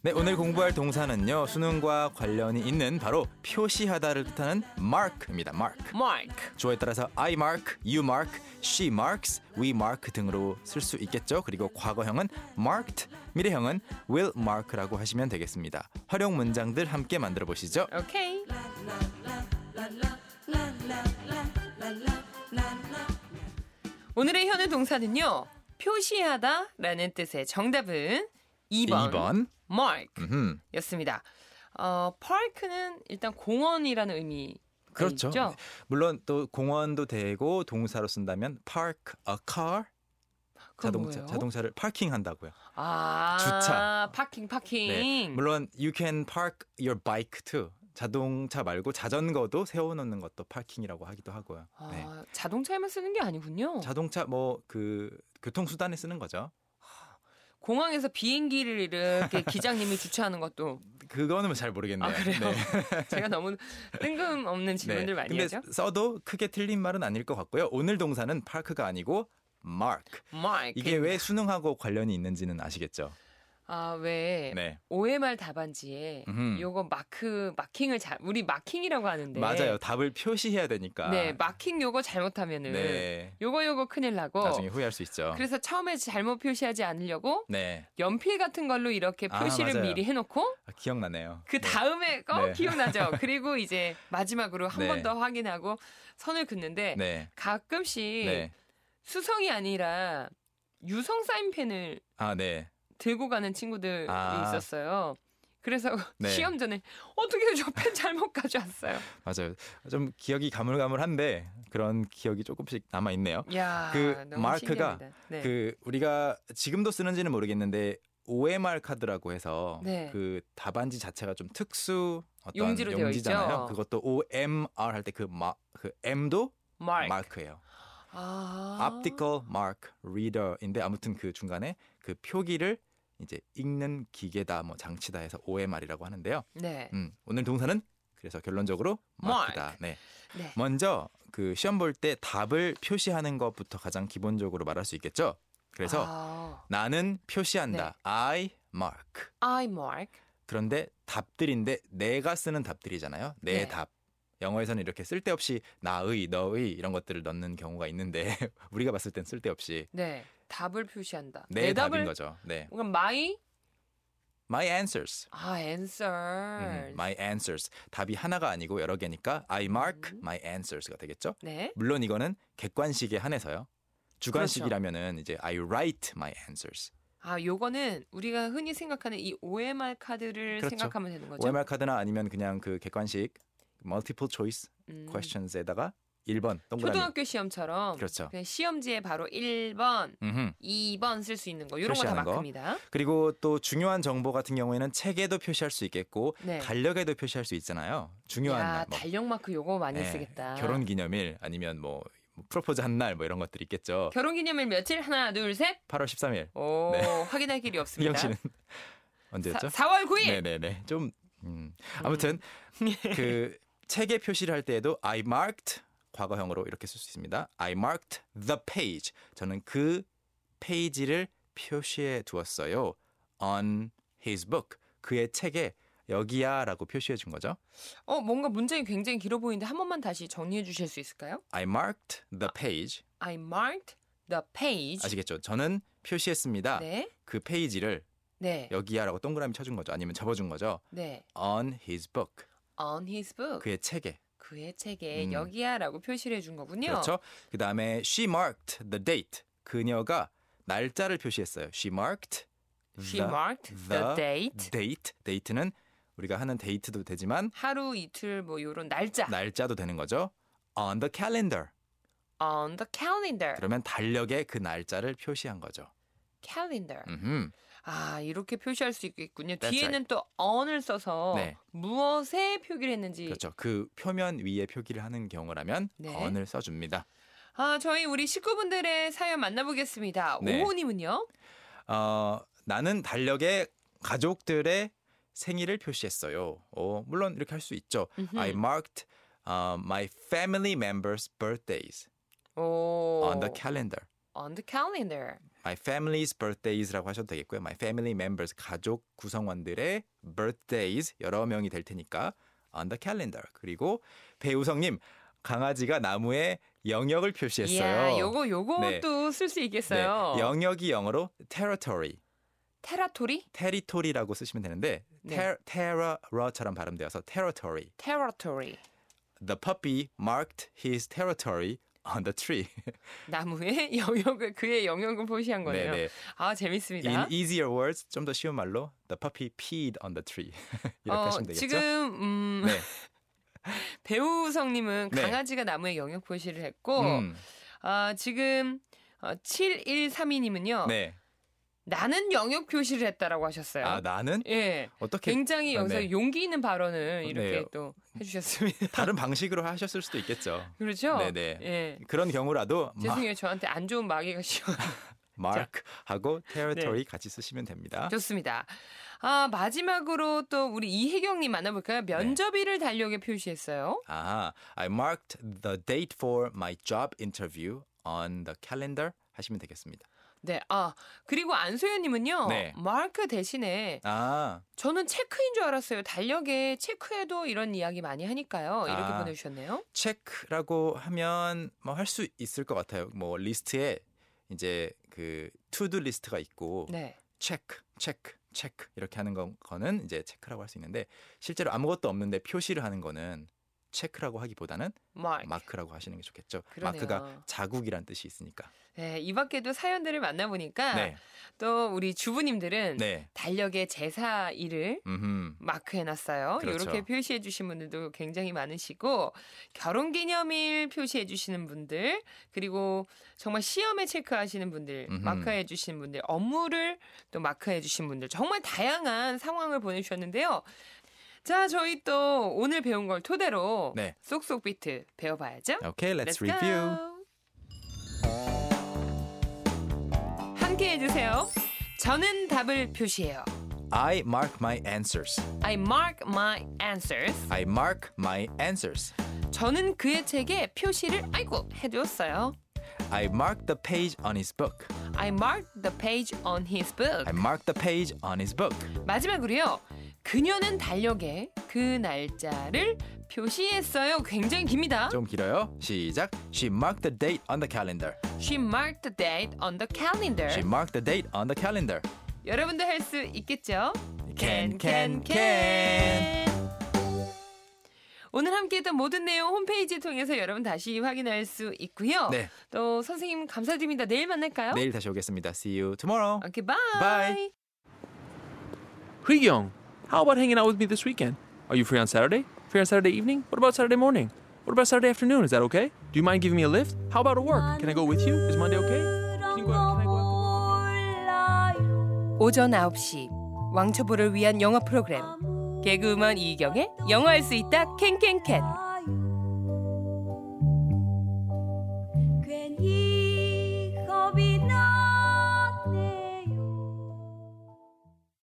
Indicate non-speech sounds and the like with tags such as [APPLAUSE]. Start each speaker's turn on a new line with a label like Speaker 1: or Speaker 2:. Speaker 1: 네, 오늘 공부할 동사는요. 수능과 관련이 있는 바로 표시하다를 뜻하는 mark입니다. mark.
Speaker 2: Mark.
Speaker 1: 주어에 따라서 I mark, you mark, she marks, we mark 등으로 쓸 수 있겠죠. 그리고 과거형은 marked, 미래형은 will mark라고 하시면 되겠습니다. 활용 문장들 함께 만들어 보시죠.
Speaker 2: Okay. 오늘의 현우 동사는요. 표시하다라는 뜻의 정답은 2번,
Speaker 1: 2번.
Speaker 2: mark
Speaker 1: 음.
Speaker 2: 였습니다. 어, park는 일단 공원이라는 의미
Speaker 1: 그렇죠.
Speaker 2: 있죠?
Speaker 1: 물론 또 공원도 되고 동사로 쓴다면 park a car
Speaker 2: 그건
Speaker 1: 자동차
Speaker 2: 뭐예요?
Speaker 1: 자동차를 파킹한다고요.
Speaker 2: 아,
Speaker 1: 주차.
Speaker 2: 파킹 파킹.
Speaker 1: 네. 물론 you can park your bike too. 자동차 말고 자전거도 세워 놓는 것도 파킹이라고 하기도 하고요.
Speaker 2: 아,
Speaker 1: 네.
Speaker 2: 자동차에만 쓰는 게 아니군요.
Speaker 1: 자동차 뭐 그 교통 수단에 쓰는 거죠.
Speaker 2: 공항에서 비행기를
Speaker 1: [LAUGHS]
Speaker 2: 이렇게 기장님이 주차하는 것도
Speaker 1: 그거는 뭐 잘 모르겠네요.
Speaker 2: 아, 그래요?
Speaker 1: 네.
Speaker 2: 제가 너무 뜬금없는 [LAUGHS] 질문들 많이
Speaker 1: 근데
Speaker 2: 하죠.
Speaker 1: 써도 크게 틀린 말은 아닐 것 같고요. 오늘 동사는 park가 아니고 mark.
Speaker 2: Mark.
Speaker 1: 이게 왜 수능하고 관련이 있는지는 아시겠죠?
Speaker 2: 아, 왜
Speaker 1: 네.
Speaker 2: OMR 답안지에
Speaker 1: 음흠.
Speaker 2: 요거 마크 마킹을 잘 우리 마킹이라고 하는데
Speaker 1: 맞아요. 답을 표시해야 되니까.
Speaker 2: 네, 마킹 요거 잘못하면은
Speaker 1: 그러니까. 네.
Speaker 2: 요거 요거 큰일 나고
Speaker 1: 나중에 후회할 수 있죠.
Speaker 2: 그래서 처음에 잘못 표시하지 않으려고
Speaker 1: 네.
Speaker 2: 연필 같은 걸로 이렇게
Speaker 1: 아,
Speaker 2: 표시를
Speaker 1: 맞아요.
Speaker 2: 미리 해놓고
Speaker 1: 아, 기억나네요.
Speaker 2: 그 다음에 어
Speaker 1: 네. [LAUGHS]
Speaker 2: 기억나죠. 그리고 이제 마지막으로 한
Speaker 1: 네.
Speaker 2: 번 더 확인하고 선을 긋는데
Speaker 1: 네.
Speaker 2: 가끔씩
Speaker 1: 네. 네.
Speaker 2: 수성이 아니라 유성 사인펜을
Speaker 1: 아, 네.
Speaker 2: 들고 가는 친구들이
Speaker 1: 아.
Speaker 2: 있었어요. 그래서 [LAUGHS]
Speaker 1: 네.
Speaker 2: 시험 전에 어떻게 저 펜 잘못 가져왔어요.
Speaker 1: 맞아요. 좀 기억이 가물가물한데 그런 기억이 조금씩 남아 있네요.
Speaker 2: 야,
Speaker 1: 그
Speaker 2: 너무
Speaker 1: 마크가
Speaker 2: 신기합니다. 네.
Speaker 1: 그 우리가 지금도 쓰는지는 모르겠는데 OMR 카드라고 해서
Speaker 2: 네.
Speaker 1: 그 답안지 자체가 좀 특수 어떤
Speaker 2: 용지로 되어
Speaker 1: 용지잖아요.
Speaker 2: 있죠.
Speaker 1: 그것도 OMR 할 때 그 마 그 M도
Speaker 2: Mark.
Speaker 1: 마크예요.
Speaker 2: 아.
Speaker 1: Optical Mark Reader인데 아무튼 그 중간에 그 표기를 이제 읽는 기계다 뭐 장치다 해서 OMR이라고 하는데요.
Speaker 2: 네.
Speaker 1: 음, 오늘 동사는 그래서 결론적으로
Speaker 2: Mark.
Speaker 1: 마크다. 네.
Speaker 2: 네.
Speaker 1: 먼저 그 시험 볼 때 답을 표시하는 것부터 가장 기본적으로 말할 수 있겠죠. 그래서
Speaker 2: 아,
Speaker 1: 나는 표시한다. I mark.
Speaker 2: I mark.
Speaker 1: 그런데 답들인데 내가 쓰는 답들이잖아요. 내
Speaker 2: 네.
Speaker 1: 답. 영어에서는 이렇게 쓸데없이 나의, 너의 이런 것들을 넣는 경우가 있는데 [LAUGHS] 우리가 봤을 땐 쓸데없이
Speaker 2: 네. 답을 표시한다.
Speaker 1: 내, 답인 거죠. 네.
Speaker 2: 그럼 my
Speaker 1: My answers.
Speaker 2: 아 answer.
Speaker 1: 음, my answers. 답이 하나가 아니고 여러 개니까 I mark my answers가 되겠죠.
Speaker 2: 네.
Speaker 1: 물론 이거는 객관식에 한해서요. 주관식이라면은
Speaker 2: 그렇죠.
Speaker 1: 이제 I write my answers.
Speaker 2: 아, 요거는 우리가 흔히 생각하는 이 OMR 카드를
Speaker 1: 그렇죠.
Speaker 2: 생각하면 되는 거죠.
Speaker 1: OMR 카드나 아니면 그냥 그 객관식 multiple choice
Speaker 2: 음.
Speaker 1: questions에다가 1번 동그라미.
Speaker 2: 초등학교 시험처럼
Speaker 1: 그렇죠.
Speaker 2: 그냥 시험지에 바로 1번,
Speaker 1: 음흠.
Speaker 2: 2번 쓸 수 있는 거 이런 거 다
Speaker 1: 표시하는 거.
Speaker 2: 막힙니다.
Speaker 1: 그리고 또 중요한 정보 같은 경우에는 책에도 표시할 수 있겠고
Speaker 2: 네.
Speaker 1: 달력에도 표시할 수 있잖아요. 중요한
Speaker 2: 야,
Speaker 1: 날, 뭐,
Speaker 2: 달력 마크 요거 많이
Speaker 1: 예,
Speaker 2: 쓰겠다.
Speaker 1: 결혼 기념일 아니면 뭐 프로포즈 한 날 뭐 이런 것들이 있겠죠.
Speaker 2: 결혼 기념일 며칠 하나, 둘, 셋.
Speaker 1: 8월 13일.
Speaker 2: 오,
Speaker 1: 네.
Speaker 2: 확인할
Speaker 1: [LAUGHS]
Speaker 2: 길이 없습니다.
Speaker 1: 희경 씨는 언제였죠?
Speaker 2: 사, 4월 9일.
Speaker 1: 네네네. 좀 음. 아무튼
Speaker 2: 음.
Speaker 1: 그
Speaker 2: 예.
Speaker 1: 책에 표시를 할 때에도 I marked 과거형으로 이렇게 쓸 수 있습니다. I marked the page. 저는 그 페이지를 표시해 두었어요. On his book. 그의 책에 여기야라고 표시해 준 거죠.
Speaker 2: 어, 뭔가 문장이 굉장히 길어 보이는데 한 번만 다시 정리해 주실 수 있을까요?
Speaker 1: I marked the page.
Speaker 2: I marked the page.
Speaker 1: 아시겠죠? 저는 표시했습니다.
Speaker 2: 네.
Speaker 1: 그 페이지를
Speaker 2: 네.
Speaker 1: 여기야라고 동그라미 쳐준 거죠. 아니면 접어준 거죠.
Speaker 2: 네.
Speaker 1: On his book.
Speaker 2: On his book.
Speaker 1: 그의 책에.
Speaker 2: 그의 책에
Speaker 1: 음.
Speaker 2: 여기야라고 표시를 해준 거군요.
Speaker 1: 그렇죠. 그 다음에 she marked the date. 그녀가 날짜를 표시했어요. She marked
Speaker 2: She marked the, date.
Speaker 1: date. 데이트는 우리가 하는 데이트도 되지만
Speaker 2: 하루 이틀 뭐 요런 날짜
Speaker 1: 날짜도 되는 거죠. On the calendar.
Speaker 2: on the calendar.
Speaker 1: 그러면 달력에 그 날짜를 표시한 거죠.
Speaker 2: calendar.
Speaker 1: 음흠.
Speaker 2: 아, 이렇게 표시할 수 있겠군요.
Speaker 1: That's
Speaker 2: 뒤에는 또 on을 써서
Speaker 1: 네.
Speaker 2: 무엇에 표기를 했는지.
Speaker 1: 그렇죠. 그 표면 위에 표기를 하는 경우라면
Speaker 2: 네.
Speaker 1: on을 써줍니다.
Speaker 2: 아, 저희 우리 식구분들의 사연 만나보겠습니다.
Speaker 1: 네.
Speaker 2: 오호 님은요?
Speaker 1: 어, 나는 달력에 가족들의 생일을 표시했어요. 어, 물론 이렇게 할 수 있죠. 어,
Speaker 2: 음흠.
Speaker 1: I marked uh, my family members' birthdays.
Speaker 2: 오.
Speaker 1: on the calendar.
Speaker 2: on the calendar.
Speaker 1: My family's birthdays라고 하셔도 되겠고요. My family members 가족 구성원들의 birthdays 여러 명이 될 테니까 on the calendar. 그리고 배우성님 강아지가 나무에 영역을 표시했어요.
Speaker 2: 이야, 예, 요거
Speaker 1: 네.
Speaker 2: 요것도 쓸 수
Speaker 1: 네,
Speaker 2: 있겠어요.
Speaker 1: 영역이 영어로 territory,
Speaker 2: 테라토리?
Speaker 1: territory라고 쓰시면 되는데
Speaker 2: 네.
Speaker 1: ter, terror처럼 발음되어서 territory.
Speaker 2: 테라토리.
Speaker 1: The puppy marked his territory on the tree.
Speaker 2: 나무의 [LAUGHS] 영역을 그의 영역을 표시한
Speaker 1: [LAUGHS]
Speaker 2: 거네요.
Speaker 1: 네, 네.
Speaker 2: 아,
Speaker 1: In
Speaker 2: 재밌습니다.
Speaker 1: easier words, 좀 더 쉬운 말로 the puppy peed on the tree. [LAUGHS] 이렇게 하시면 되겠죠?
Speaker 2: 어, 지금 음, [LAUGHS]
Speaker 1: 네.
Speaker 2: 배우성님은
Speaker 1: 네.
Speaker 2: 강아지가 나무에 영역 표시를 했고
Speaker 1: 음,
Speaker 2: 아, 지금 어, 7132님은요.
Speaker 1: 네.
Speaker 2: 나는 영역 표시를 했다라고 하셨어요.
Speaker 1: 아 나는
Speaker 2: 예.
Speaker 1: 어떻게
Speaker 2: 굉장히
Speaker 1: 아,
Speaker 2: 여기서
Speaker 1: 네.
Speaker 2: 용기 있는 발언을 이렇게
Speaker 1: 네.
Speaker 2: 또 해주셨습니다.
Speaker 1: [LAUGHS]
Speaker 2: [LAUGHS]
Speaker 1: 다른 방식으로 하셨을 수도 있겠죠.
Speaker 2: 그렇죠?
Speaker 1: 네네.
Speaker 2: 예.
Speaker 1: 그런 경우라도 마-
Speaker 2: 죄송해요. 저한테 안 좋은 마귀가 씌워.
Speaker 1: mark 하고
Speaker 2: 네.
Speaker 1: territory 같이 쓰시면 됩니다.
Speaker 2: 좋습니다. 아, 마지막으로 또 우리 이혜경님 만나볼까요?
Speaker 1: 네.
Speaker 2: 면접일을 달력에 표시했어요.
Speaker 1: 아, I marked the date for my job interview on the calendar 하시면 되겠습니다.
Speaker 2: 네. 아, 그리고 안소연님은요.
Speaker 1: 네.
Speaker 2: 마크 대신에
Speaker 1: 아,
Speaker 2: 저는 체크인 줄 알았어요. 달력에 체크해도 이런 이야기 많이 하니까요. 이렇게
Speaker 1: 아.
Speaker 2: 보내주셨네요.
Speaker 1: 체크라고 하면 뭐 할 수 있을 것 같아요. 뭐 리스트에 이제 그 투두 리스트가 있고
Speaker 2: 네.
Speaker 1: 체크, 체크, 체크 이렇게 하는 건- 거는 이제 체크라고 할 수 있는데 실제로 아무것도 없는데 표시를 하는 거는 체크라고 하기보다는
Speaker 2: 마크.
Speaker 1: 마크라고 하시는 게 좋겠죠.
Speaker 2: 아, 그 그러네요.
Speaker 1: 마크가 자국이란 뜻이 있으니까.
Speaker 2: 네, 이 밖에도 사연들을 만나보니까
Speaker 1: 네,
Speaker 2: 또 우리 주부님들은
Speaker 1: 네,
Speaker 2: 달력에 제사 일을
Speaker 1: 음,
Speaker 2: 마크해놨어요.
Speaker 1: 그렇죠.
Speaker 2: 이렇게 표시해 주신 분들도 굉장히 많으시고 결혼기념일 표시해 주시는 분들 그리고 정말 시험에 체크하시는 분들
Speaker 1: 음흠.
Speaker 2: 마크해 주시는 분들 업무를 또 마크해 주신 분들 정말 다양한 상황을 보내주셨는데요. 자 저희 또 오늘 배운 걸 토대로
Speaker 1: 네.
Speaker 2: 쏙쏙 비트 배워봐야죠.
Speaker 1: 오케이, let's,
Speaker 2: 어. Let's
Speaker 1: review.
Speaker 2: go. 함께 해주세요. 저는 답을 표시해요.
Speaker 1: I mark my answers.
Speaker 2: I mark my answers.
Speaker 1: I mark my answers.
Speaker 2: 저는 그의 책에 표시를 아이고 해두었어요.
Speaker 1: I mark the page on his book.
Speaker 2: I mark the page on his book.
Speaker 1: I mark the page on his book.
Speaker 2: 마지막으로요. 그녀는 달력에 그 날짜를 표시했어요. 굉장히 깁니다.
Speaker 1: 좀 길어요. 시작. She marked the date on the calendar.
Speaker 2: She marked the date on the calendar.
Speaker 1: She marked the date on the calendar.
Speaker 2: 여러분도 할 수 있겠죠?
Speaker 1: Can, can, can.
Speaker 2: 오늘 함께했던 모든 내용 홈페이지 통해서 여러분 다시 확인할 수 있고요.
Speaker 1: 네.
Speaker 2: 또 선생님 감사드립니다. 내일 만날까요?
Speaker 1: 내일 다시 오겠습니다. See you tomorrow.
Speaker 2: 오케이, 바이.
Speaker 1: Bye.
Speaker 3: Young, how about hanging out with me this weekend? Are you free on Saturday? Free on Saturday evening? What about Saturday morning? What about Saturday afternoon? Is that okay? Do you mind giving me a lift? How about a work? Can I go with you? Is Monday okay? Can you go out? Can I go out?
Speaker 2: 오전 9시 왕초보를 위한 영어 프로그램 개그우먼 이경의 영어할 수 있다 캔캔캔